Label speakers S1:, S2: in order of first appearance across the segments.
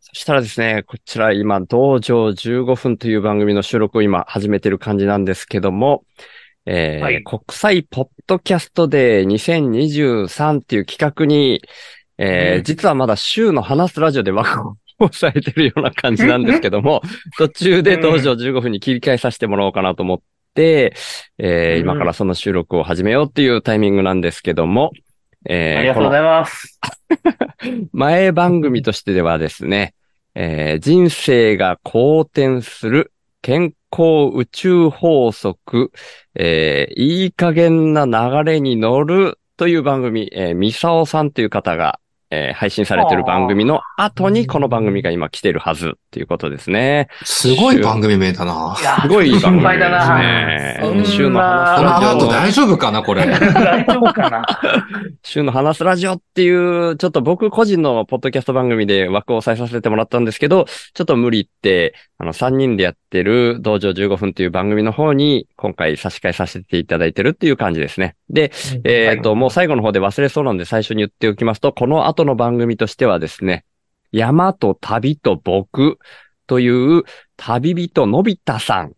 S1: そしたらですね、こちら今、道場15分という番組の収録を今始めてる感じなんですけども、えー
S2: はい
S1: 国際ポッドキャストデー2023っていう企画に、えー
S2: うん
S1: 実はまだ週の話すラジオで枠をされてるような感じなんですけども、 途中で道場15分に切り替えさせてもらおうかなと思って、えー
S2: うん
S1: 今からその収録を始めようっていうタイミングなんですけども、えー
S2: ありがとうございます。
S1: 前番組としてではですね、えー人生が好転する健康宇宙法則、えーいい加減な流れに乗るという番組、えー、ミサオさんという方が、えー配信されてる番組の後にこの番組が今来てるはずということですね。
S3: すごい番組名だな。
S2: いや
S1: すごい番
S2: 心
S1: 組
S2: 配
S1: で
S2: だ
S1: す
S2: な。
S1: ね。
S2: そんな
S1: 週の話
S3: こ
S1: す
S3: の
S1: ラジ
S2: あ
S1: オ
S2: ー
S3: 後大丈夫かな、これ。
S2: 大丈夫かな。
S1: 週の話すラジオっていう、ちょっと僕個人のポッドキャスト番組で枠を押さえさせてもらったんですけど、ちょっと無理って、あの、3人でやってる道場15分という番組の方に、今回差し替えさせていただいてるっていう感じですね。で、 えっ、と、もう最後の方で忘れそうなんで最初に言っておきますと、この後の番組としてはですね、山と旅と僕という旅人のび太さん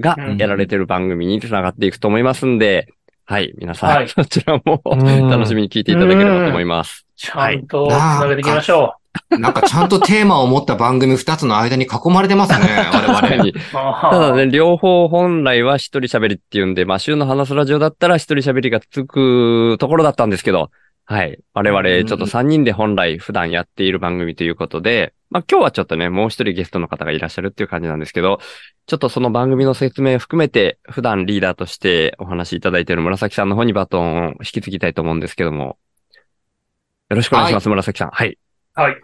S1: がやられてる番組に繋がっていくと思いますんで、はい、皆さん、
S2: はい
S1: そちらも楽
S3: 楽
S1: しみに聞いていただければと思います。
S2: ちゃんと繋げていきましょ
S3: み。なんかちゃんとテーマを持った番組二つの間に囲まれてますね、我
S1: 確か
S3: 々。
S1: に。
S2: う。あ
S1: た
S2: ー
S1: だね、両方本来は一人喋りっていうんで、まあ、週の話すラジオだったら一人喋りがつくところだったんですけど、はい。我々、ちょっと3人で本来普段やっている番組ということで、まあ、今日はちょっとね、もう一人ゲストの方がいらっしゃるっていう感じなんですけど、ちょっとその番組の説明含めて、普段リーダーとしてお話しいただいている紫さんの方にバトンを引き継ぎたいと思うんですけども、よろしくお願いします、紫さん。はい。
S2: はい。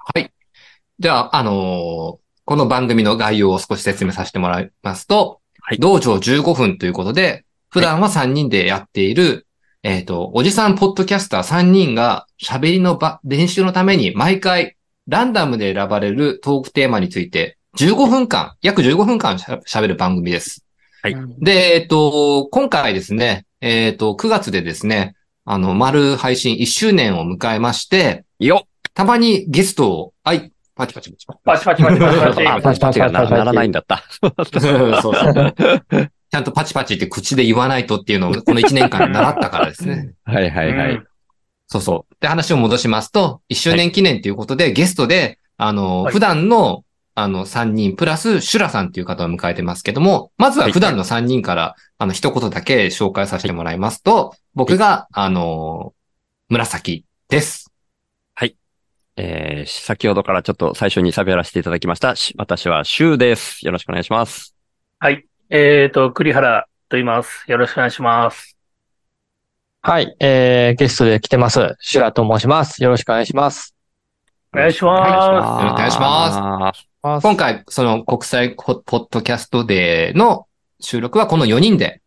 S3: では、あのーこの番組の概要を少し説明させてもらいますと、
S1: はい
S3: 道場15分ということで、普段は3人でやっている、えっ、と、おじさんポッドキャスター3人が喋りの場、練習のために毎回ランダムで選ばれるトークテーマについて15分間、約15分間しゃ喋る番組です。
S1: はい
S2: うん
S3: で、えっと、今回ですね、えっと、9月でですね、あの、丸配信1周年を迎えまして、
S1: よった
S3: まにゲストを、はい、パチパチパチパチ。
S2: パチパチパチパチパチ。
S1: あ、 パチパチがなならないんだった。
S3: そうそう。ちゃんとパチパチって口で言わないとっていうのを、この1年間で習ったからですね。
S1: はいはいは
S2: う
S1: い
S2: ん。。
S3: そうそう。で、話を戻しますと、1周年記念ということで、ゲストで、あの、
S2: はい
S3: 普段の、あの、3人、プラス、シュラさんという方を迎えてますけども、まずは普段の3人から、あの、一言だけ紹介させてもらいますと、僕が、あの、紫です。
S1: えー、先ほどからちょっと最初に喋らせていただきました。し私はシュウです。よろしくお願いします。。
S2: えっと、栗原と言います。よろしくお願いします。
S4: はい、えー、ゲストで来てます。シュラと申します。よろしくお願いします。
S2: お願いしま。
S3: よろしくお願いします今回、その国際ポポッドキャストデーの収録はこの4人です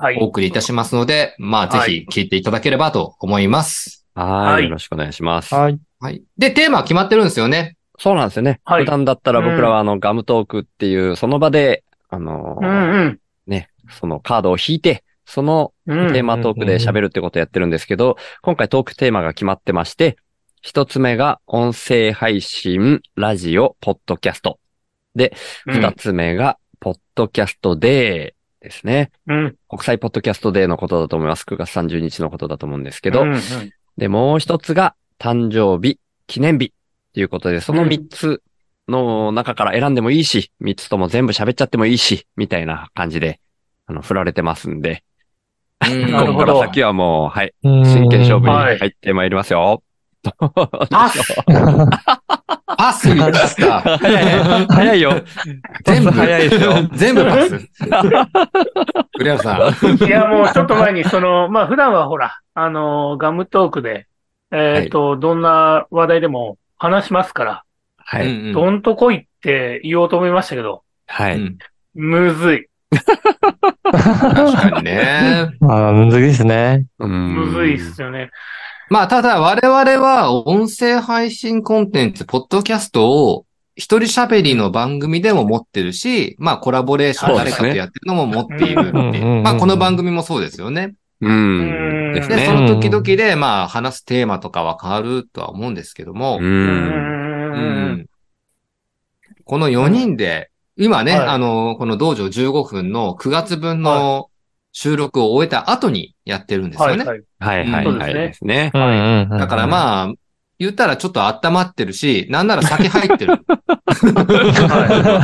S2: はい
S3: お。送りいたしますので、まあ、
S2: は
S3: ぜひ聞いていただければと思います。
S1: はい
S2: はい
S1: よろしくお願いします。
S4: はい。
S3: はい。で、テーマは決まってるんですよね。
S1: そうなんですよね。
S2: はい
S1: 普段だったら僕らはあの、ガムトークっていう、その場で、あの
S2: う
S1: ー
S2: ん
S1: ね、そのカードを引いて、その
S2: うん。う
S1: テー
S2: ん。
S1: マトークで喋るってことをやってるんですけど、今回トークテーマが決まってまして、一つ目が音声配信、ラジオ、ポッドキャスト。
S2: うん
S1: 二つ目が、ポッドキャストデーですね。
S2: うん。
S1: 国際ポッドキャストデーのことだと思います。9月30日のことだと思うんですけど。
S2: うんうん
S1: で、もう一つが誕生日、記念日ということで、その
S2: うん
S1: 3つの中から選んでもいいし、3つとも全部喋っちゃってもいいし、みたいな感じで、あの、振られてますんで、
S2: な
S1: ここ
S2: るほ
S1: か
S2: ど
S1: ら先はもう、はい、真
S4: 真
S1: 剣勝負に
S2: はい
S1: 入ってまいりますよ。
S2: パス
S3: パス言っちゃった。
S1: 早い 早いよ。
S3: 全部
S1: パス早いですよ。
S3: 全部パス。 栗原さん。
S2: いや、もうちょっと前に、その、 まあ、普段はほら、あの、ガムトークで、えっ、と、どんな話題でも話しますから、
S1: は
S3: う
S1: い。
S3: んうん
S2: どんとこいって言おうと思いましたけど、
S1: は
S3: う
S1: い。
S3: ん
S2: むずい。
S3: 確かにね。
S4: まあ、難しいですね。
S2: む
S1: む
S2: ずいっすよね。
S3: まあ、ただ我々は音声配信コンテンツ、ポッドキャストを一人喋りの番組でも持ってるし、まあコラボレーション
S1: そうで
S3: 誰
S1: す
S3: かと
S1: ね
S3: やってるのも持っているって
S4: うんうん
S3: い
S4: うんう
S3: う。
S4: ん
S3: まあこの番組もそうですよね。
S1: うん。です
S3: で、そ
S1: ね。
S3: の時々でまあ話すテーマとかは変わるとは思うんですけども
S1: う。。
S2: うんん。
S3: うんこの4人で、今ね、
S2: はい
S3: あの、この道場15分の9月分の収録を終えた後にやってるんですよ
S2: はい、
S3: ね。
S2: はい。
S1: はいはいはい
S2: うん
S1: ですね。
S4: うんうんうんうん。
S3: だからまあ、言ったらちょっと温まってるし、なんなら酒 入ってる。
S1: そうです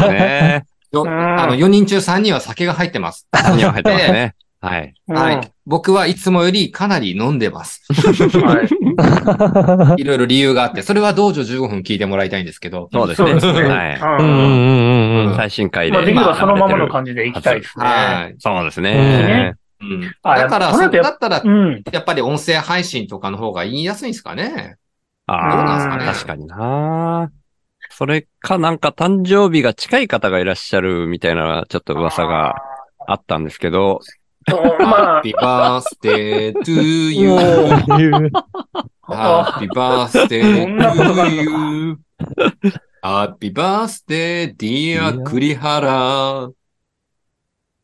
S1: ね。
S3: よ
S2: うん
S3: あの、4人中3人は酒が入ってます。
S1: 何を入ってますね。はい。
S2: うん
S3: はい。僕はいつもよりかなり飲ん でます。
S2: はい
S4: あ。
S3: いろいろ理由があって、それは道場15分聞いてもらいたいんですけど。
S1: そうです
S2: そう
S1: ね。
S2: ですね。
S1: はい。
S2: う
S4: うんうん
S2: ん
S4: うんうん。
S1: 最新回で。
S2: まあ、できればそのままの
S1: 感
S2: 感じでいきたいですね。
S3: はい。
S1: じ。そうです
S4: ね
S1: ね。
S3: うん
S2: あ
S3: だから、
S2: やっぱ
S3: そ
S2: そうれ
S3: だ
S2: だ
S3: ったら
S2: う、ん。
S3: やっぱり音声配信とかの方が言いやすいんですかね。どう
S1: あ
S3: なん
S1: あ、
S3: です
S1: 確
S3: か
S1: かに
S3: ね。
S1: な。それかなんか誕生日が近い方がいらっしゃるみたいなちょっと噂があったんですけど、
S2: そう まあ、
S3: Happy birthday to
S2: も
S3: you.
S2: うあ
S3: Happy birthday
S2: こんなことがあ
S3: to
S2: る
S3: you. Happy birthday, dear 栗原。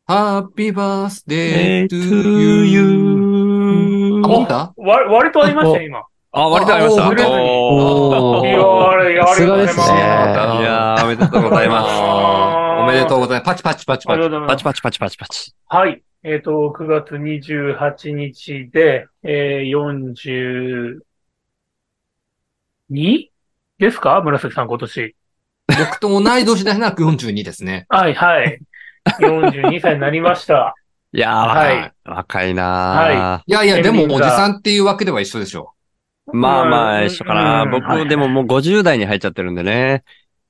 S3: Happy birthday to you. あ、持った
S2: わ割とありましたよ、今。
S1: あ、割とありました。
S3: あ
S4: お
S2: い
S4: ー
S2: やーあれ、ありがとうござい
S4: さ
S2: ますす。あ
S4: がですね
S1: いやー、おめでとうございます。
S3: おめでとうございます。パチパチパチパ
S2: りがと
S3: チ。
S2: うございま
S1: パ
S2: す
S1: チ。パチパチパチパチ。
S2: はい。えっ、と、9月28日で、えー、42? ですか紫さん今年。
S3: 僕と同い年だな、42ですね。
S2: はい、はい。42歳になりました。
S1: いやー、若い。若いなー
S3: いやいや、でも
S2: エンディ
S3: お
S2: ング
S3: じ
S2: が
S3: さんっていうわけでは一緒でしょ
S1: まあま
S2: う
S1: あ、
S2: ん
S1: 一緒かな。
S2: うんはい
S1: 僕、でももう50代に入っちゃってるんでね。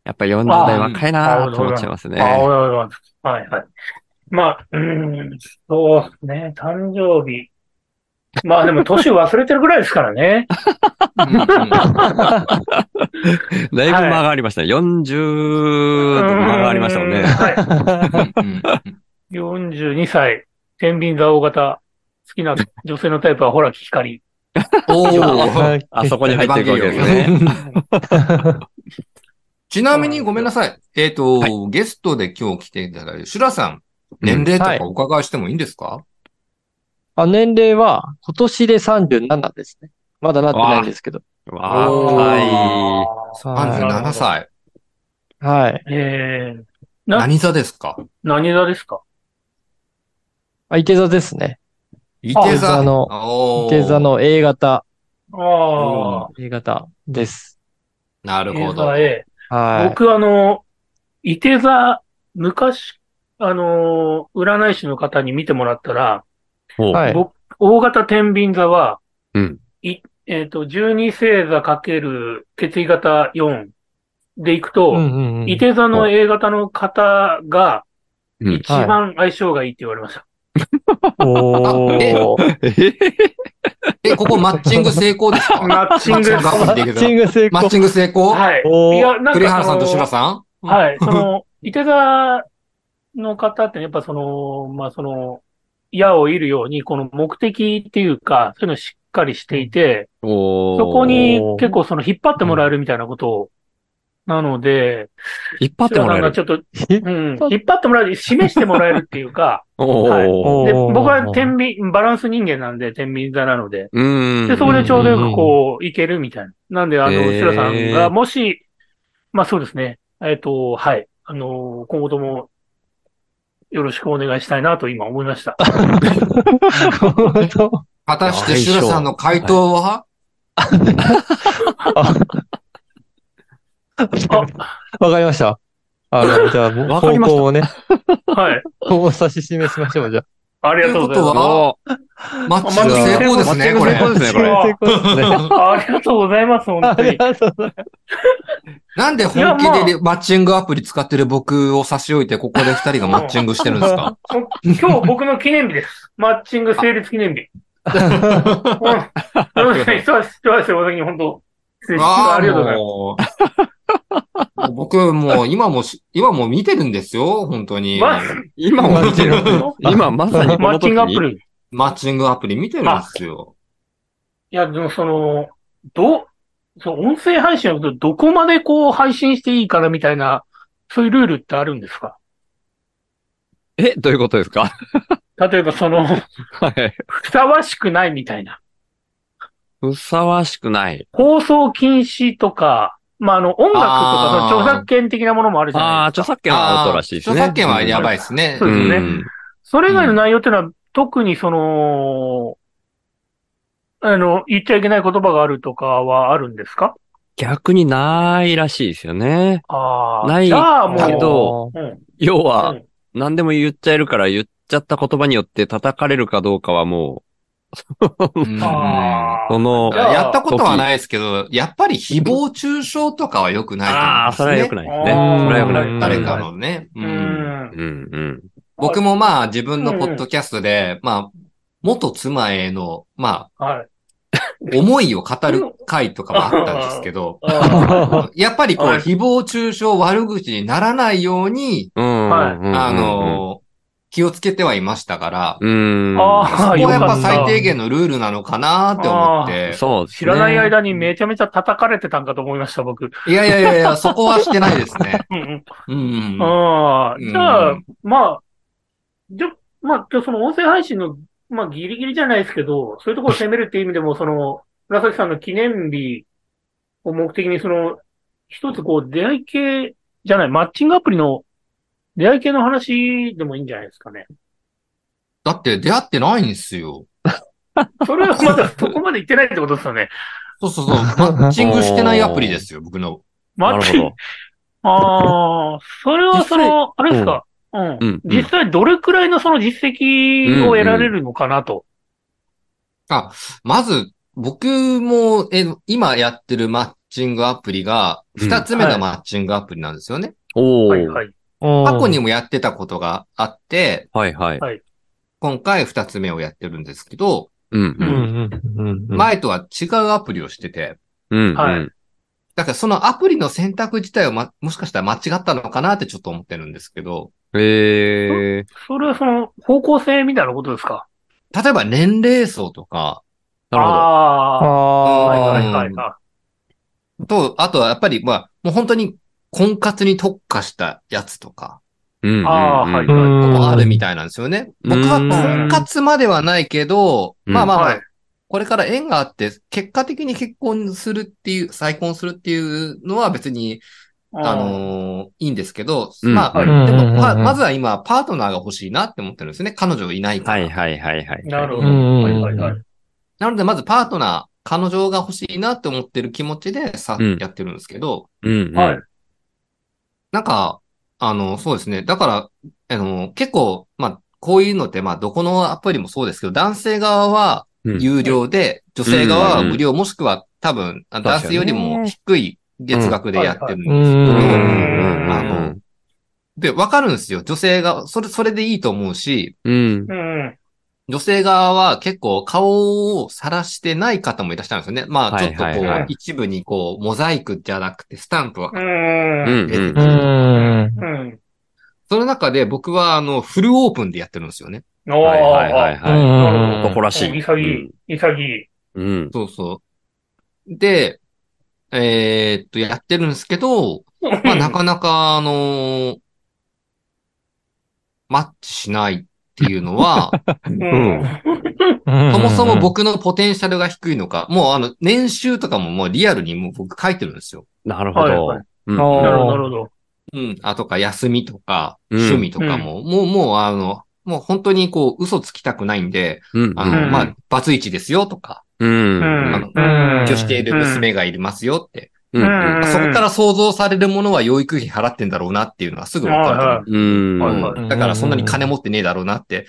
S1: やっぱ40代若いなーと思っちゃいます ね。
S2: あ、おいおいおい。はい、はい。まあ、うーん、そうですね。誕生日。まあでも、年忘れてるぐらいですからね。
S3: う。うんうん
S1: だいぶ間がありましたね。40とか間がありましたもん
S2: う
S1: ね
S2: ーん。はい。
S3: うん
S2: 42歳、天秤座大型、好きな女性のタイプはほら、光。
S3: おー。
S1: あそこに入っていくわけですね。
S3: ちなみにごめんなさい。えっ、と、
S1: は
S3: ゲストで今日来ていただいるシュラさん、年齢とかお伺いしてもいいんですか、
S4: あ年齢は今年で37ですね。まだなってないんですけど。
S1: 若い。
S4: は
S3: 37歳。
S4: い。はい。
S2: い。えー、な
S3: 何座ですか
S2: 何座ですか
S4: あ、池座ですね。
S3: 伊手
S4: 池
S3: 座。
S4: 座の、
S3: おー
S4: 池座。の A 型、
S2: ああ、
S4: A 型です。
S3: なるほ
S2: 手
S3: ど。
S2: 座 A。
S4: はい。
S2: 僕、あの、いて座、昔、あの、占い師の方に見てもらったら、
S1: ほう
S4: はい
S2: 僕、大型天秤座は、
S1: うん
S2: いえっ、と、12星座かける血液型4でいくと、
S4: うんうんうん
S2: いて座の A 型の方が、
S1: うん
S2: 一番相性がいいって言われました。
S4: おー。
S3: え、ここマッチング成功ですか
S2: マッチング
S3: マッ
S4: マッチング成
S3: マッ
S4: 功。
S3: チング成功
S2: はい。
S4: おー
S2: いや、なんかその
S3: 栗原さんとシュラさん
S2: はい。その、いて座の方って、やっぱその、まあその、矢を射るように、この目的っていうか、そういうのをしっかりしていて、
S1: おー
S2: そこに結構その引っ張ってもらえるみたいなことを、なので、
S1: 引っ張ってもらえ
S2: シュラさんが
S1: る。
S2: ちょっと、
S4: え
S2: うん、引っ張ってもらえる、示してもらえるっていう か、
S1: お
S2: はい
S1: ー。
S2: で、
S4: おー
S2: 僕は天秤、バランス人間なんで、天秤座なので、
S1: うーん。
S2: で、そこでちょうどよくこう、いけるみたいな。なんで、あの、
S1: へー
S2: シュラさんが、もし、まあそうですね、えっ、と、はい、あの、今後とも、よろしくお願いしたいなと今思い ました。
S4: 本 当
S3: 果たしてシュラさんの回答は、
S4: わかりました。あの、じゃあ、もう
S1: わかりました
S4: 方向をね、
S2: はい。
S4: 方向を指し示しましょう、じゃあ。
S2: ありがとうござい
S3: ということ
S2: ま
S3: はマッチング成功ですね、
S1: マッチング成
S3: こ
S1: 功
S3: れ。
S1: そうですねこれ
S4: マッチング成功ですね
S2: す。ありがとうございます、本
S4: あ
S2: 当
S4: り
S2: に。
S4: がとうござい
S3: なんで本
S2: いやま
S3: 気
S2: あ
S3: でマッチングアプリ使ってる僕を差し置いて、ここで二人がマッチングしてるんですか
S2: 今日僕の記念日です。マッチング成立記 念日。
S4: ます。
S2: うん。そうですね、一足一足お先に本当、失礼します
S3: あ
S2: ありがとうございます。
S3: もう もう僕もう今もし、今も見てるんですよ、本当に。
S2: ま
S1: 今も見てる。今まさにこ
S2: マ
S1: の
S2: ッ
S1: 時
S2: チン
S1: に。
S2: グアップル。い
S3: マッチングアプリ見てるんですよ。
S2: や、でもその、ど、そう、音声配信はどこまでこう配信していいからみたいな、そういうルールってあるんですか
S1: え、どういうことですか
S2: 例えばその、
S1: はい。
S2: ふさわしくないみたいな。
S1: ふさわしくない。
S2: 放送禁止とか、まあ、あの、音楽と
S3: あ
S2: か
S3: ー、
S2: その著作権的なものもあるじゃ
S1: ああ、
S2: ないです
S1: 著
S2: か。
S1: 作権はアウトらしいですね。
S3: 著作権はやばいですね。
S2: そうですね
S1: ん
S2: それ以外の内容っていうのは、特にその、あの、言っちゃいけない言葉があるとかはあるんですか
S1: 逆にないらしいですよね。
S2: ああ。
S1: ない
S2: じゃあもう、
S1: だけど
S2: うん
S1: 要
S2: う
S1: は、
S2: ん
S1: 何でも言っちゃえるから言っちゃった言葉によって叩かれるかどうかはも
S3: うん
S2: あー
S1: その
S3: いややったことはないですけど、やっぱり誹謗中傷とかは良く
S1: う、
S3: ないと思い
S1: あ
S3: ま
S1: あ、
S3: す
S1: それは良くな
S3: ね。
S1: いですね。それ
S2: あー
S1: は良くない。
S3: 誰かのね。う
S2: うんん。
S1: うんうん。
S3: 僕もまあ自分のポッドキャストで、まあ、元妻への、ま
S2: はい。
S3: あ、思いを語る回とかもあったんですけど、
S2: あ
S3: やっぱりこう、
S2: はい
S3: 誹謗中傷悪口にならないように、
S1: うん。
S2: はい
S1: うん
S3: あ、の、気をつけてはいましたから、
S1: うん。
S2: あ
S3: そこはやっ
S2: よか
S3: ぱ
S2: った
S3: 最低限のルールなのかなって思って、
S1: そうです
S2: ー
S1: ね。
S2: 知らない間にめちゃめちゃ叩かれてたんかと思いました、僕。
S3: いやいやいやいや、そこはしてないです ね。
S2: うん
S3: うん
S2: う
S3: うん。
S2: ん。ああ、じゃ
S3: う
S2: あ、まあ、じゃ、まあ、今日その音声配信の、まあ、ギリギリじゃないですけど、そういうところを攻めるっていう意味でも、 その、紫さんの記念日を目的に、その、一つこう、出会い系じゃない、マッチングアプリの出会い系の話でもいいんじゃないですかね。
S3: だって出会ってないんですよ。
S2: それはまだそこまで行ってないってことですよね。
S3: そうそう そう。マッチングしてないアプリですよ、僕の。
S1: な
S2: マ
S1: る
S2: ッ
S1: ほ
S2: チング
S1: ど。
S2: ああ、それはその、あれですか、うん、
S1: うんうん
S2: 実際どれくらいのその実績を得られるのかなと。
S3: まず、僕も、え、今やってるマッチングアプリが、
S1: うん
S3: 二つ目
S2: は
S3: の
S2: い
S3: マッチングアプリなんですよね。
S1: お
S2: はい
S1: ー。
S2: はい。
S4: 過
S3: 過去にもやってたことがあって、
S1: はいはい。
S3: 今回二つ目をやってるんですけど、
S1: うん
S4: う
S1: うんん。
S4: うんうんうん。
S3: 前とは違うアプリをしてて、
S1: うん。
S2: はい
S1: うん。
S3: だからそのアプリの選択自体をま、もしかしたら間違ったのかなってちょっと思ってるんですけど、
S1: ええ。
S2: それはその方向性みたいなことですか
S3: 例えば年齢層とか、
S1: なるほど。
S2: ああ。
S4: あ
S2: はい
S4: ー
S2: はいはいは
S3: と、あとはやっぱり、まあ、もう本当に婚活に特化したやつとか、
S1: うんうん。
S2: あーはい
S1: うん
S3: もあるみたいなんですよね。
S1: うん
S3: 僕は婚活まではないけど、
S1: うん
S3: まあまあまあ、
S2: はい
S3: これから縁があって、結果的に結婚するっていう、再婚するっていうのは別に、
S2: い。
S3: あのーいいんですけど、
S1: うん
S3: まあ、
S2: はい
S3: でも、まあ
S4: うん
S3: まずは今、パートナーが欲しいなって思ってるんですね。彼女いないか
S1: は
S3: ら。
S1: いはいはいはい。
S2: なるほ
S4: う
S2: ど。
S4: ん
S2: はいはいはい。
S3: なので、まずパートナー、彼女が欲しいなって思ってる気持ちでさ、
S1: うん
S3: やってるんですけど、
S1: うんうん。
S2: はい。
S3: なんか、あの、そうですね。だから、あの、結構、まあ、こういうのって、まあ、どこのアプリもそうですけど、男性側は
S1: うん
S3: 有料で、女性側は
S1: うん
S3: 無料、もしくは多分、あ
S1: そうで
S3: 男
S1: すよね
S3: 性よりも低い月額でやってるん
S4: う
S3: です
S1: うんんうん
S3: けど、
S1: うんう
S3: あの
S1: ん
S3: で、わかるんですよ。女性が、それ、それでいいと思うし、
S1: うん。
S2: うん。
S3: 女性側は結構顔を晒してない方もいらっしゃるんですよね。まあ、
S1: は
S3: ちょ
S1: い
S3: っとこう、
S1: はいはい
S3: 一部にこう、モザイクじゃなくてスタンプは
S2: う。ん。
S1: う
S2: うん。
S1: んうん。
S4: うん。
S2: うん。
S3: その中で僕は、あの、フルオープンでやってるんですよね。
S2: おー。
S1: はいはいはいは
S4: うん
S1: い。男らしい。
S2: 潔い。潔い。
S1: うん。
S3: そうそう。で、えーっと、やってるんですけど、まあ、なかなか、あのーマッチしないっていうのは、
S2: うん。
S4: うん
S3: そもそも、僕のポテンシャルが低いのか、もうあの、年収とかももうリアルにもう僕書いてるんですよ。
S1: なるほ
S2: はい
S1: ど
S2: はい。
S1: うん
S4: あー
S2: なるほど、なるほど。
S3: うん。あとか、休みとか、
S1: うん
S3: 趣味とかも、もう、もうあの、もう本当にこう、嘘つきたくないんで、
S1: うん。
S3: あの、
S2: うん
S3: まあ、バツイチですよとか、
S1: う。
S2: うんん。
S4: うん
S3: 女子ている娘がいますよって、
S1: うん。
S2: うん
S3: そこから想像されるものは養育費払ってんだろうなっていうのはすぐわかると
S1: うん。
S3: 思う。
S2: はい
S3: うん
S2: はい
S4: はい
S3: だからそんなに金持ってねえだろうなって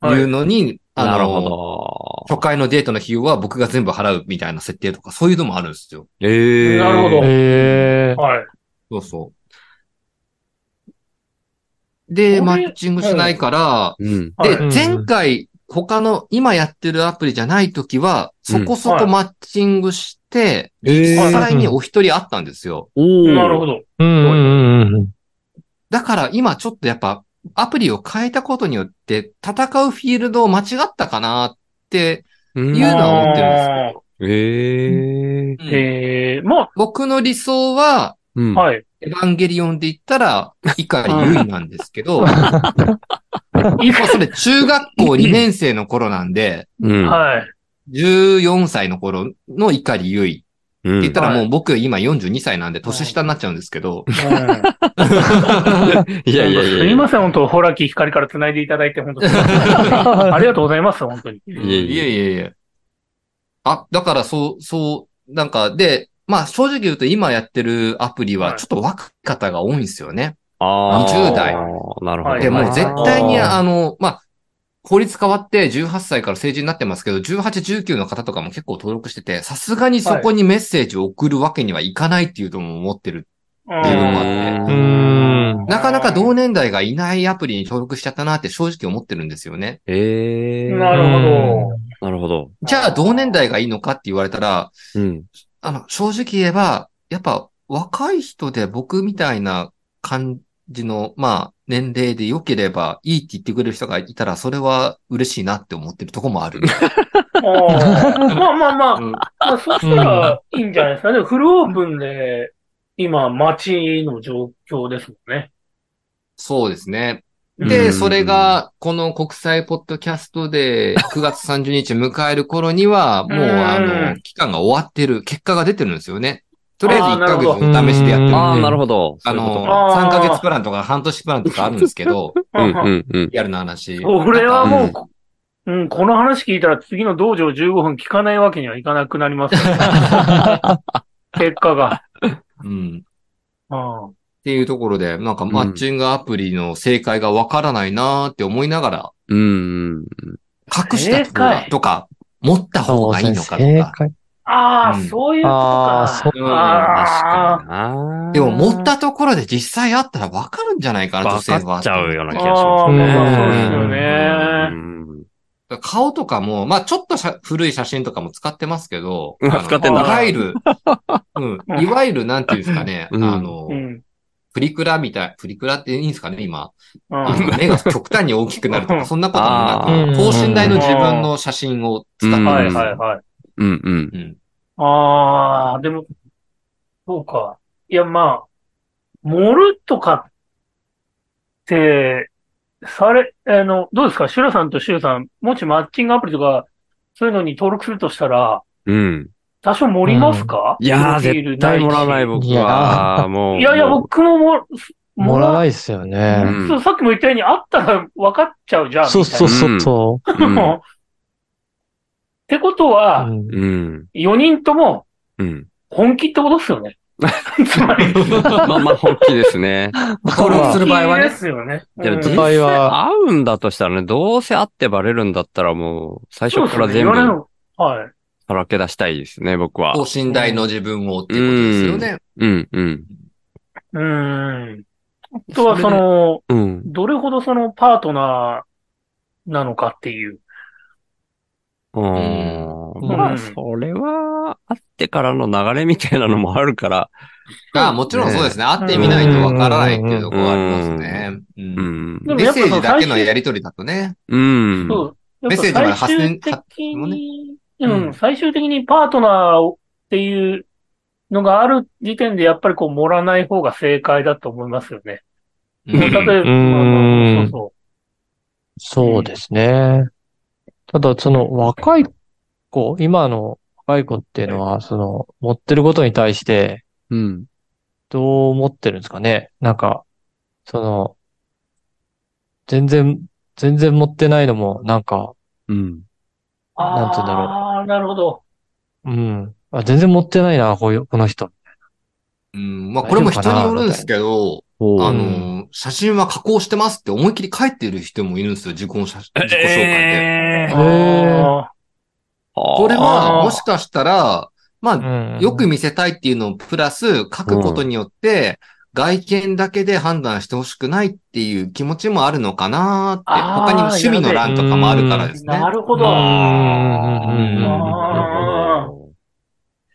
S2: はい
S3: いうのに、あの
S1: なるほど。
S3: 初回のデートの費用は僕が全部払うみたいな設定とか、そういうのもあるんですよ。
S1: ええ。
S2: なるほど
S4: ええ。
S2: はい。
S3: そうそう。で、
S2: これ
S3: マッチングしないから、
S1: うん。
S2: はい
S3: で、
S4: うん
S3: 前回、他の今やってるアプリじゃない時は、そこそ
S2: うんは
S3: こ
S2: い
S3: マッチングして、
S1: ええ
S3: 実際にお一人会ったんですよ。
S1: おー
S2: なるほど。
S4: うんうんうん
S3: だから今ちょっとやっぱアプリを変えたことによって戦うフィールドを間違ったかなって
S1: うん
S3: いうのは思ってるんですけど。
S1: ええ。
S2: ええ、ま
S3: 僕の理想は、
S1: うん
S2: あ、はい。
S3: エヴァンゲリオンで言ったら、以下優衣なんですけど、も
S2: いう
S3: それ中学校2年生の頃なんで、
S1: うん。
S2: はい。
S3: 14歳の頃の碇優衣
S1: う
S3: って言
S1: ん
S3: っ。たらも
S2: は
S3: う僕今42歳なんで年下になっちゃうんですけど、
S1: いやいやい
S2: す
S1: や
S2: み
S1: いや。
S2: ません、本当ホラキ光から繋いでいただいて、本 当ありがとうございます、本当に。
S1: いえいえ
S3: いやいやいや。あ、だからそう、そう、なんか、で、まあ正直言うと今やってるアプリ
S2: は
S3: はいちょっと若い方が多いんですよね。
S1: あー
S3: 20代
S1: なるほど。
S2: はい
S3: で、もう絶対に
S4: あー
S3: あの、まあ、法律変わって18歳から成人になってますけど、18、19の方とかも結構登録してて、さすがにそこにメッセージを送るわけにはいかないっていうのも思ってる。
S1: う
S3: 自分もあ
S1: ー。
S4: うんん。
S3: なかなか同年代がいないアプリに登録しちゃったなって正直思ってるんですよね。
S1: ええ。
S2: なるほ
S1: なるほど。
S3: じゃあ同年代がいいのかって言われたら、
S1: うん。
S3: あの、正直言えば、やっぱ若い人で僕みたいな感じの、まあ、年齢で良ければいいって言ってくれる人がいたら、それは嬉しいなって思ってるとこも ある。
S2: ど。あーまあまあまあ、
S3: うん
S2: まあ、そしたらいいんじゃないですかね。フルオープンで、今、街の状況ですもんね。
S3: そうですね。
S1: うん
S3: で、それが、この国際ポッドキャストで9月30日迎える頃には、もう、
S2: うん
S3: あの、期間が終わってる、結果が出てるんですよね。とりあえず
S2: あー
S3: 1ヶ
S2: な
S3: 月
S2: るほ
S4: ど
S3: お試しでやってるんで、
S1: ああ、なる
S3: ほ
S1: ほど。
S3: あ
S1: そういうこと
S3: の、
S1: か
S2: あー
S3: 3ヶ月プランとか半年プランとかあるんですけ ど、
S1: うんうんうん。
S3: リアルな話。
S2: これは
S3: な
S2: も
S3: ん
S2: う
S3: か、
S2: こ、うん、この話聞いたら次の道場15分聞かないわけにはいかなくなります よね結果が。
S3: うん。うんっ
S2: うん
S3: ていうところで、なんかマッチングアプリの正解がわからないなーって思いながら、
S1: うんうん。
S3: 隠した方
S2: 正
S3: が
S2: 解
S3: とか、持った方がいいのかと
S4: 正
S3: か。
S4: 解。
S2: ああ、
S3: うん
S2: そういうこと
S4: あ
S2: か。
S4: あそう
S3: うん
S2: あ
S1: ああ。
S3: でも持ったところで実際あったらわかるんじゃないかな、女
S1: わ
S3: 性は。
S1: かっちゃうよう
S2: あ
S1: な気がし
S2: あ
S1: ます
S2: ー、
S1: ね。
S2: まあそう
S4: う
S2: で
S4: ん
S2: すよね。
S1: うん
S3: 顔とかも、まあちょっとしゃ古い写真とかも使ってますけど、
S1: うん
S3: あの
S1: 使って
S2: んだ
S3: いわゆる、 うん、いわゆるなんていうんですかね、
S1: うん
S3: あの、
S2: うん。
S3: プリクラみたい、プリクラっていいんですかね、今。
S2: うん
S3: あの目が極端に大きくなるとか、そんなこともな
S1: あ
S3: く、
S4: ー
S3: 等身大の自分の写真を使って
S1: うん
S3: ま
S2: はい
S3: す
S2: はいはい。
S1: うんうん。
S3: うん。
S2: ああ、でも、そうか。いや、まあ、盛るとかって、され、あの、どうですかシュラさんとシュウさん、もしマッチングアプリとか、そういうのに登録するとしたら、
S1: うん。
S2: 多少盛りますか
S1: いやー、
S2: プロフィール
S1: 絶対もらわない
S2: し
S1: 僕は。もう。
S2: いやいや、僕もも、。
S4: もらわないいっすよ
S1: う
S4: ね。
S1: ん
S2: そうさっきも言ったように、あったら分かっちゃうじゃん。
S4: そうそう
S2: み
S4: そう
S2: た
S4: そ
S1: う
S2: いな
S1: ん
S2: ってこと
S4: う。
S2: は
S4: う、ん
S1: うん。
S2: 4人とも
S1: うん。
S2: 本気ってことで すよね。つまり、
S1: まあまあ本気ですね。
S3: 登録する場合
S2: 本
S3: は
S2: 気
S3: ね
S2: で。すよね。
S1: いや、
S2: うん
S1: 実際会うんだとしたらね、どうせ会ってバレるんだったらもう、最
S2: そう
S1: 初
S2: で
S1: か
S2: す
S1: ら全
S2: ね。言
S1: 部
S2: われるのはい。
S1: さらけ出したいですね、僕は
S3: 等。身大の自分をっていうことですよね。
S1: うん、うん。
S2: うーん。あとは、
S3: それで
S2: その、
S1: うん。
S2: どれほどそのパートナーなのかっていう。
S1: うん
S4: うん
S1: ま
S2: う
S1: あ、
S2: ん
S1: それは、会ってからの流れみたいなのもあるから、
S3: ああもちろんそうですね。会ってみないとわからないっていうところがありますね。う
S1: うんん。
S2: でも
S3: メ
S2: や
S3: ッ
S2: っぱ
S3: セージだけの
S2: 最終
S3: やりとりだとね。
S1: うん。
S2: そう。やっぱ
S3: メッセージまで発
S2: 最
S3: 信
S2: 終的
S3: も
S2: に、
S3: う
S2: うんん、最終的にパートナーをっていうのがある時点で、やっぱりこう、盛らない方が正解だと思いますよね。
S3: う
S2: もう例えば、
S3: ん
S4: ん
S2: そうそ
S4: そうですね。ただ、その若い子、今の若い子っていうのは、その、持ってることに対して、
S1: うん。
S4: どう思ってるんですかねなんか、その、全然、全然持ってないのも、なんか、
S1: うん。
S2: う。ああ
S4: なんて言うんだろう
S2: ああ、なるほど。
S4: うん。あ、全然持ってないな、こういう、この人。
S3: うん。まあこれも人によるんですけど、
S1: ほう
S3: あ
S4: の
S3: の、写真は加工してますって思いっきり書いてる人もいるんですよ。自己写自己紹介で。
S1: え
S4: ー
S2: あ
S3: これは
S2: あー
S3: もしかしたら、まあ
S4: うん。
S3: よく見せたいっていうのをプラス、書くことによって、外見だけで判断してほしくないっていう気持ちもあるのかなーって、
S2: あー
S3: 他にも趣味の欄とかもあるからで
S2: あ、
S3: すね。
S2: なるほど。
S4: うんうんうんうん
S1: なるほど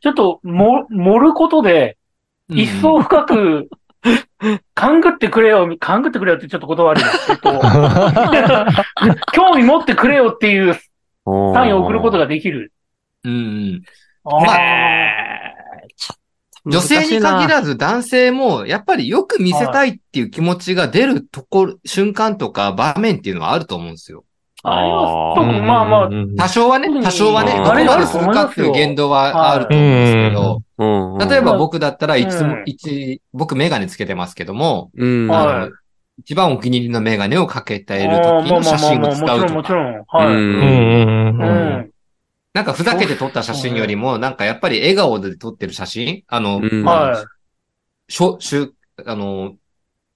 S2: ちょっと、も、盛ることで、
S3: うん
S2: 一層深く、勘ぐってくれよ、勘ぐってくれよってちょっと言葉悪いな。えっと興味持ってくれよっていうサインを送ることができる。
S3: うんうん
S2: あ
S3: ま
S1: 難
S3: 女
S1: しいな
S3: 性に限らず男性も、やっぱりよく見せたいっていう気持ちが出るところ、瞬間とか場面っていうのはあると思うんですよ。
S2: あります。多
S1: あー
S2: 分まあまあ
S4: う、んうんうん
S3: 多少はね、多少はね、
S1: うん
S3: どこまでするかっていう言動はあると思うんですけど、
S1: うんうん。
S3: 例えば僕だったらいつ
S2: う
S3: も
S2: ん、
S3: 一、僕メガネつけてますけども、
S1: うん。
S2: はい
S3: あの一番お気に入りのメガネをかけている
S2: あー
S3: 時
S2: まあ
S3: の
S2: ま
S3: 写
S2: あまあま
S3: 真を
S2: あ、もち
S3: 使う
S2: ろん
S3: と
S2: もち
S3: か、
S2: ろん。はい。
S4: うんうんうん
S2: う
S4: うん
S2: ん。
S3: なんかふざけて撮った写真よりも、なんかやっぱり笑顔で撮ってる写真、あの、
S1: うん
S2: はい。
S3: しょ、しゅ、あの、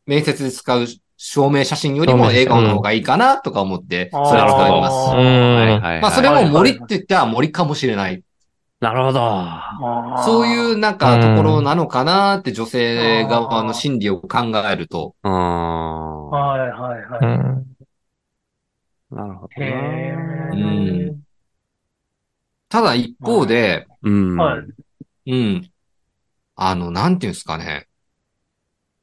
S3: 面接で使う証明写真よりも
S4: 証明写
S3: 笑顔の方がいいかなとか思って、
S2: うん
S3: それは使います。
S2: あ
S1: はい
S4: うん。
S1: はいはい。
S3: まあそれも森って言ったら森かもしれない。
S1: なるほど。
S2: あー
S3: そういうなんかところなのかなって女性側の心理を考えると。
S1: うん。
S2: はいはいは
S4: う
S2: い。
S4: ん
S1: なるほど
S2: へえ
S1: な。。
S3: ただ一方で、
S1: うん。
S2: はい。
S3: うん。あの、なんていうんですかね。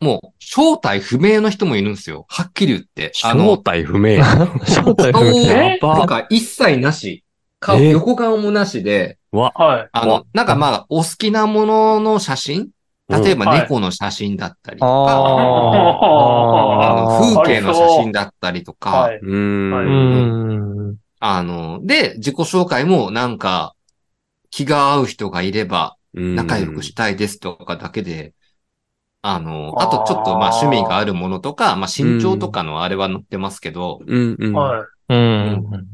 S3: もう、正体不明の人もいるんですよ。はっきり言って。あ
S1: 正
S3: の、
S1: 体不明。
S4: 正体不
S3: 顔
S4: 明。
S2: え
S3: と
S1: ば、
S3: か一切なし。顔、
S1: え
S3: 横顔もなしで、
S1: わ。
S2: はい。
S3: あ
S1: わ
S3: の、なんかまあ、お好きなものの写真例え
S1: ば、
S3: ば
S2: はい
S3: 猫の写真だったりと
S4: あ
S3: か、あ
S4: あ。
S3: の風景の写
S2: ありそ
S3: 真
S2: う
S3: だったりとか
S2: は、い。
S1: うん。
S2: は
S4: う
S2: い
S4: ん。
S3: あの、で、自己紹介もなんか、気が合う人がいれば、仲良くしたいですとかだけで、あの、あとちょっとまあ
S2: あー
S3: 趣味があるものとか、まあ身長とかのあれは載ってますけど、
S1: うんうん。
S2: はい。
S4: うん。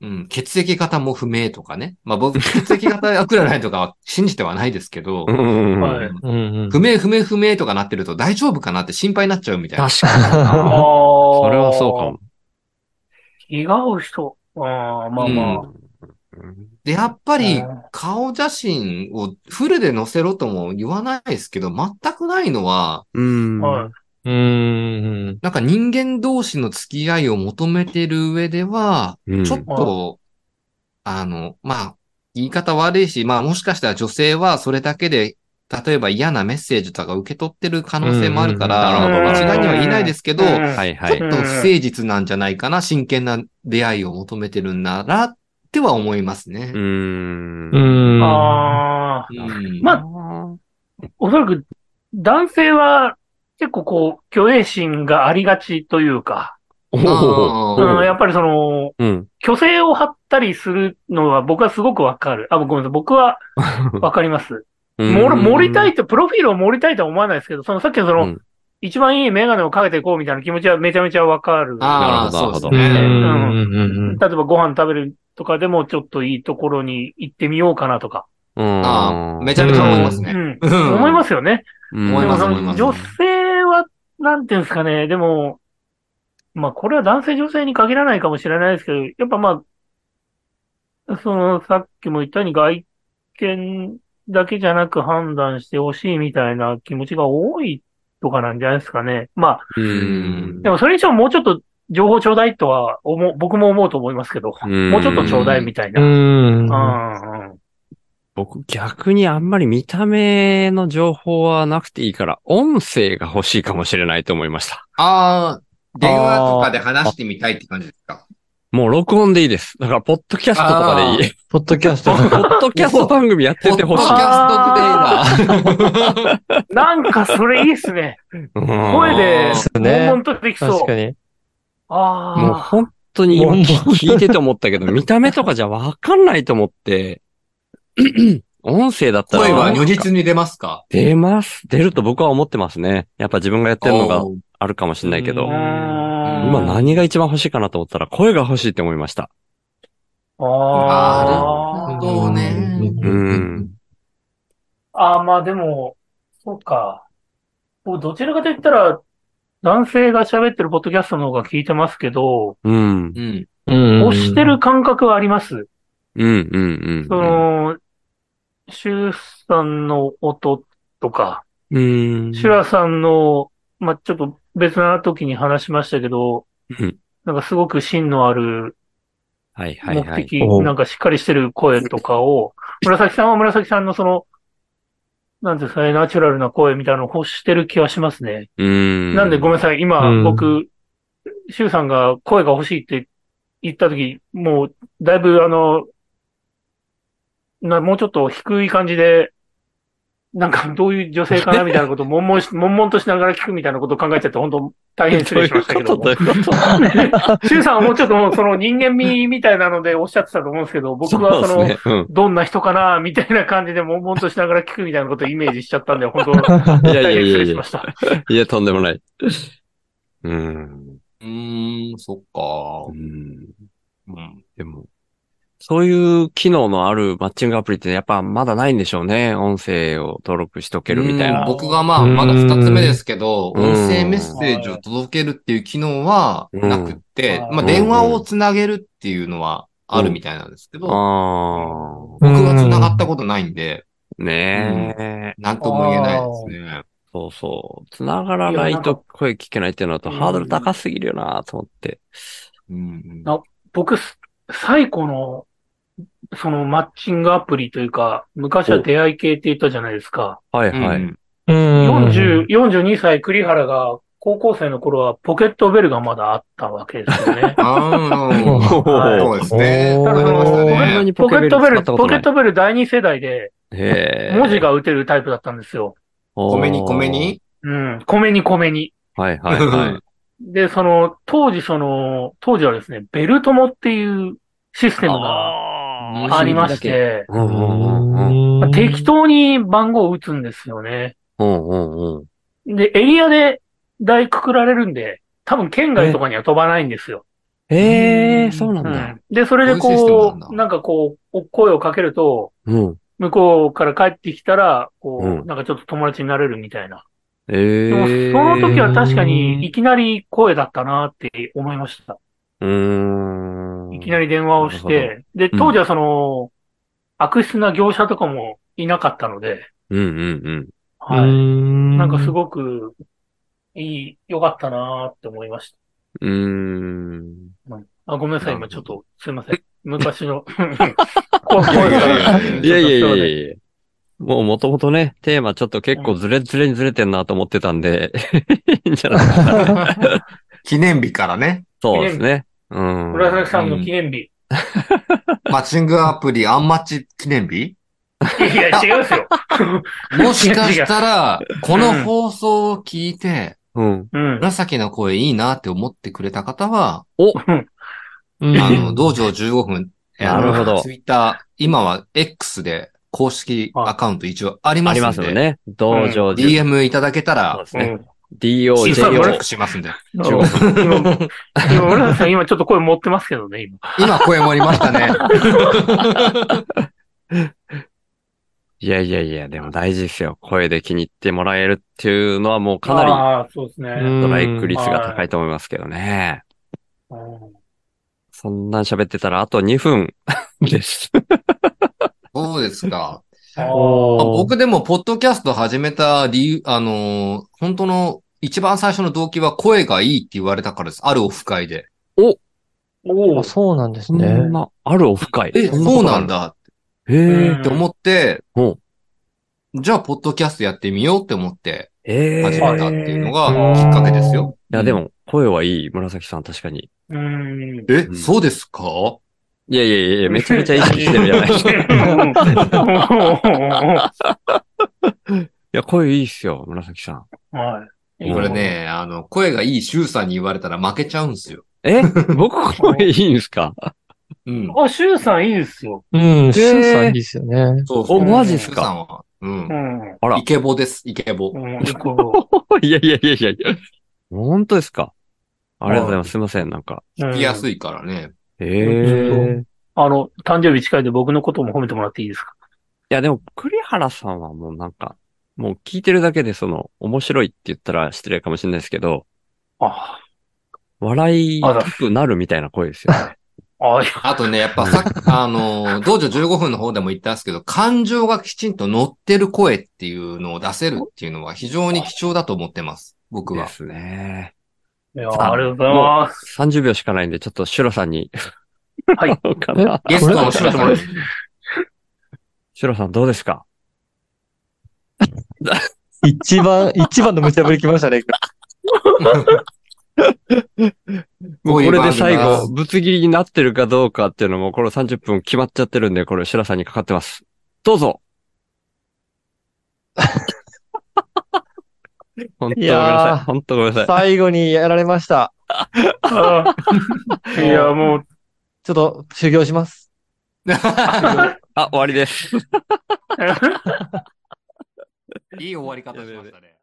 S3: うん、血液型も不明とかね。まあ僕、血液型占いとかは信じてはないですけど
S1: う、んうんうん。
S2: はい
S3: うん
S4: うん。
S3: 不明不明不明とかなってると大丈夫かなって心配になっちゃうみたいな。
S1: 確かに。
S2: ああ。
S1: それはそうかも。
S2: 気が合う人。ああ、まあまあ。
S3: で、やっぱり
S2: あー
S3: 顔写真をフルで載せろとも言わないですけど、全くないのは、
S1: うん。
S2: はい。
S4: うん。
S3: なんか人間同士の付き合いを求めてる上では、
S1: うん
S3: ちょっと、あの、まあ、言い方悪いし、まあもしかしたら女性はそれだけで、例えば嫌なメッセージとか受け取ってる可能性もあるから、
S1: うんうんうんなるほど
S3: 間違いには言えないですけど、
S2: うん
S3: ち
S1: はいは
S3: ょっ
S1: い。
S3: と不誠実なんじゃないかな、真剣な出会いを求めてるんなら、っては思いますね
S1: う。ん。
S4: うん。
S2: ああ。
S3: うん
S2: まあおそらく、男性は結構こう、虚栄心がありがちというか、
S1: お
S3: う
S2: うん、や
S1: ー
S2: っぱりその、
S1: うん。
S2: 虚勢を張ったりするのは僕はすごくわかる。あ、ごめんなさい。僕はわかります。盛る盛りたいって、プロフィールを盛りたいとは思わないですけど、そのさっきのその、
S1: うん
S2: 一番いいメガネをかけていこうみたいな気持ちはめちゃめちゃわかる。
S3: あ
S1: なる
S3: あ、そ
S1: ほ
S3: う
S1: ど
S3: です
S4: うん。う
S3: ね。
S4: ん。うん。
S2: 例えばご飯食べるとかでもちょっといいところに行ってみようかなとか。
S3: あ
S1: あ
S3: あ、めちゃめちゃ思いますね。
S2: うん。
S3: うん
S2: 思いますよね。
S1: 思
S3: います
S2: でも
S3: 思います
S2: その女性は、なんていうんですかね、でも、まあこれは男性女性に限らないかもしれないですけど、やっぱまあ、そのさっきも言ったように外見だけじゃなく判断してほしいみたいな気持ちが多いとかなんじゃないですかね。まあ、
S1: うん
S2: でもそれにしてももうちょっと情報ちょうだいとは思う、僕も思うと思いますけど、
S1: うん
S2: もうちょっとちょうだいみたいな。
S4: うん。
S2: うんうん
S1: 僕逆にあんまり見た目の情報はなくていいから、音声が欲しいかもしれないと思いました。
S3: ああ、電話とかで話してみたいって感じですか
S1: もう録音でいいです。だから、ポッドキャストとかでいい。
S4: ポッドキャスト。
S1: ポッドキャスト番組やってて
S3: ポ
S1: ほ
S3: ッド
S1: し
S3: キ
S1: い。
S3: ャストプレイだ。
S2: なんかそれいいっすね。声
S1: 声
S2: で、
S4: そう
S2: 悶
S4: ね
S2: 々とできそう
S4: 確。かに。
S2: ああ。
S1: もう本当に今聞いてて思ったけど、見た目とかじゃわかんないと思って、 音声だったら。
S3: 声は如実に出ますか
S1: 出ます。出ると僕は思ってますね。やっぱ自分がやってるのがあるかもしれないけ
S3: う
S1: ど
S3: ん。
S1: 今
S2: 今
S1: 何が一番欲しいかなと思ったら、声が欲しいって思いました。
S3: あ
S2: あー
S3: ーなるほどね。
S1: うん。
S2: あー、まあでも、そうか。僕どちらかと言ったら、男性が喋ってるポッドキャストの方が聞いてますけど、
S1: うん。
S3: うん。
S4: うん。
S2: 押してる感覚はあります。
S1: うん、うん、
S2: そ
S1: うん。
S2: の、シュウさんの音とか、
S1: うん。
S2: シュラさんの、まあちょっと別な時に話しましたけど
S1: うん、
S2: なんかすごく芯のある
S1: はいはい
S2: 目
S1: はい。
S2: 的、なんかしっかりしてる声と かを、紫さんは紫さんのその、なんていうんですかね、ナチュラルな声みたいなのを欲してる気はしますね。
S1: うん。
S2: なんでごめんなさい、今、
S4: うん
S2: 僕、シュウさんが声が欲しいって言った時、もう、だいぶあの、なもうちょっと低い感じでなんかどういう女性かなみたいなことを悶 々し、悶々としながら聞くみたいなことを考えちゃって、本当大変失礼しましたけども。
S1: どういうことどういうこと
S2: シュウさんはもうちょっともうその人間味みたいなのでおっしゃってたと思うんですけど、僕はその、
S3: うですね。
S1: うん
S2: どんな人かなみたいな感じで悶々としながら聞くみたいなことをイメージしちゃったんで、本当
S1: いやい
S2: 大
S1: や
S2: 変
S1: い
S2: 失
S1: や
S2: 礼
S1: い
S2: し
S1: や
S2: ま。した。
S1: いや、とんでもない。うん。
S3: うーん、そっ
S1: う
S3: か。
S1: ん
S3: うん。
S1: でも、そういう機能のあるマッチングアプリってやっぱまだないんでしょうね。音声を登録しとけるみたい
S3: うん
S1: な。
S3: 僕がまあ、まだ二つ目ですけど、
S1: うん
S3: 音声メッセージを届けるっていう機能はなくって、
S2: うん
S3: まあ、電話をつなげるっていうのはあるみたいなんですけど、
S1: あ
S4: うん
S3: 僕がつながったことないんで、
S1: あ、ねえ、
S3: なんとも言えないですね。
S1: そうそう。繋がらないと声聞けないっていうのだと
S2: いや
S1: ハ
S2: な
S1: ー
S2: んか
S1: ドル高すぎるよなと思って。
S3: うん
S2: あ僕、最古の、そのマッチングアプリというか、昔は出会い系って言ったじゃないですか。
S1: はい
S3: うん。
S1: はい。
S3: うん。
S4: うん。
S2: 40 42歳栗原が高校生の頃はポケットベルがまだあったわけですよね
S3: あー
S1: おー
S2: はい
S3: そうですね。
S4: おー
S3: わかりました
S1: こんな
S3: ね。
S1: に
S2: ポケットベル、
S1: 使ったこ
S2: ポ
S1: と
S2: ケ
S1: ない
S2: ッ。トベル第二世代で
S1: へえ。
S2: 文字が打てるタイプだったんですよ。
S1: おー、
S3: 米に 米に
S2: うん。米に米に。
S1: はいはい はい。
S2: で、その、当時その、当時はですね、ベルトモっていうシステムが
S1: あ
S2: ありまし。て、
S1: うんうんうん
S2: まあ適当に番号を打つんですよね。
S1: うんうんうん。
S2: で、エリアで台くくられるんで、多分県外とかには飛ばないんですよ。
S1: へえ、そうなん
S2: う
S1: だ。
S2: ん、で、それで
S3: そういうシステムな
S2: こ
S3: んだ
S2: う、なんかこう、お声をかけると、
S1: うん。
S2: 向こうから帰ってきたら、こう、
S1: うん
S2: なんかちょっと友達になれるみたいな。
S1: え
S2: でも
S1: え。
S2: その時は確かに、いきなり声だったなって思いました。
S1: うーん。
S2: いきなり電話をし
S1: なる
S2: て、で、当時はその、悪質な業者とかもいなかったので、
S1: うんうんうん。
S2: はい。な
S4: な
S2: んかすごく、いい、良かったなって思いました。
S1: うーん。
S2: あ、ごめんなさい、
S3: な
S2: 今
S3: る
S2: ち
S3: ほ
S2: ょ
S3: ど
S2: っと、すいません。昔 の。こうこういうの
S1: いやいやいやいやもうもともとね、テーマちょっと結構ずれずれにずれてんなと思ってたん で、いいんじゃないかな。
S3: 記念日からね、
S1: そうですね。うん。
S2: 村崎さんの記 念日。
S3: マッチングアプリアンマッチ記念日
S2: いや、違うんですよ。
S3: もしかしたら、この放送を聞いて、
S1: うん。
S2: うん。
S3: 紫の声いいなって思ってくれた方は、
S4: うん
S3: あの、道場15分、
S1: なるほど
S3: ツイッター、今は X で公式アカウント一応あり
S1: あ
S3: ま
S1: り
S3: す
S1: ま
S3: ん
S1: すよ
S3: で、
S1: ね。道場十
S3: DM いただけた
S1: そう
S3: ら
S1: で、す
S2: う
S1: ね。
S2: ん
S1: DOJ
S3: チェ
S2: そう
S3: ッ
S2: 俺
S3: クしますんで。
S1: 15
S2: 今、今村崎さん今ちょっと声持ってますけどね、今。
S3: 今声盛りましたね。
S1: いやいやいや、でも大事ですよ。声で気に入ってもらえるっていうのはもうかなり
S2: ああ、そうですね。
S4: うん
S1: ストライク率が高いと思いますけどね。
S2: うん
S1: そんなん喋ってたらあと2分 です。
S3: そうですか。
S4: お
S3: あ
S4: ー
S3: 僕でも、ポッドキャスト始めた理由、あのー本当の一番最初の動機は声がいいって言われたからです。あるオフ会で。
S2: お
S4: あ
S2: お。
S4: そうなんです
S1: そん
S4: ね。
S1: な、あるオフ会。
S3: え、
S1: んこ
S3: そう
S1: とあ
S3: な
S1: る
S3: ん。だ
S1: へえ。
S3: って思って、
S1: うん
S3: じゃあ、ポッドキャストやってみようって思って
S1: ええ。
S3: 始めたっていうのが
S4: えー
S3: きっかけですよ。
S1: いや、でも、声はいい、紫さん、確かに。
S2: うん。
S3: え、
S1: うん
S3: そうですか
S1: いやいやいや、めちゃめちゃ意識してるじ ゃないですか。い
S2: は
S1: や、声いいっすよ、紫さん。
S2: い。
S3: これ。ね、あの、声がいいシュウさんに言われたら負けちゃうんですよ。
S1: え 僕、声いいんすか
S3: うん。
S2: あ、シュウさんいいですよ。
S4: うん、シュウさんいいですよね。
S3: そう
S1: お、マジっす
S3: シュウさ
S1: か
S3: んは。うん
S2: う。ん。
S1: あら
S3: イ。ケボです、イケボ。
S2: うん、こ
S1: いやいやいやいやいや。本当ですかありがとうございます。すいません、なんか。
S2: う。
S3: 聞きやす
S2: い。
S3: いからね。
S1: ええ。い
S2: あの、誕生日近いんで僕のことも褒めてもらっていいですか
S1: や、でも、栗原さんはもうなんか、もう聞いてるだけで、その、面白いって言ったら失礼かもしれないですけど、
S2: あ
S1: 笑い
S2: あら
S1: たくなるみたいな声ですよね。
S2: あ、いや
S3: あとね、やっぱさ っき、あの、道場15分の方でも言ったんですけど、感情がきちんと乗ってる声っていうのを出せるっていうのは非常に貴重だと思ってます。僕
S1: で
S3: は。
S1: すね。
S2: いや、ありがとうございます。
S1: 30秒しかないんで、ちょっとシュロさんに。
S2: はい。
S1: かな
S3: ゲストのシュウさんに。
S1: シュロさんどうですか
S4: 一番、一番の無茶ぶり来ましたね。
S1: もうこれで最
S3: こういう番組が
S1: 後、ぶつ切りになってるかどうかっていうのも、この30分決まっちゃってるんで、これ、シュラさんにかかってます。どうぞ本当ごめん
S4: い
S1: なさ
S4: や
S1: い。
S4: ー
S1: 本当ごめんなさい。
S4: 最後にやられました。
S2: ああいや、 もう、
S4: ちょっと修行します。
S1: あ、終わりです。
S3: いい終わり方しましたね。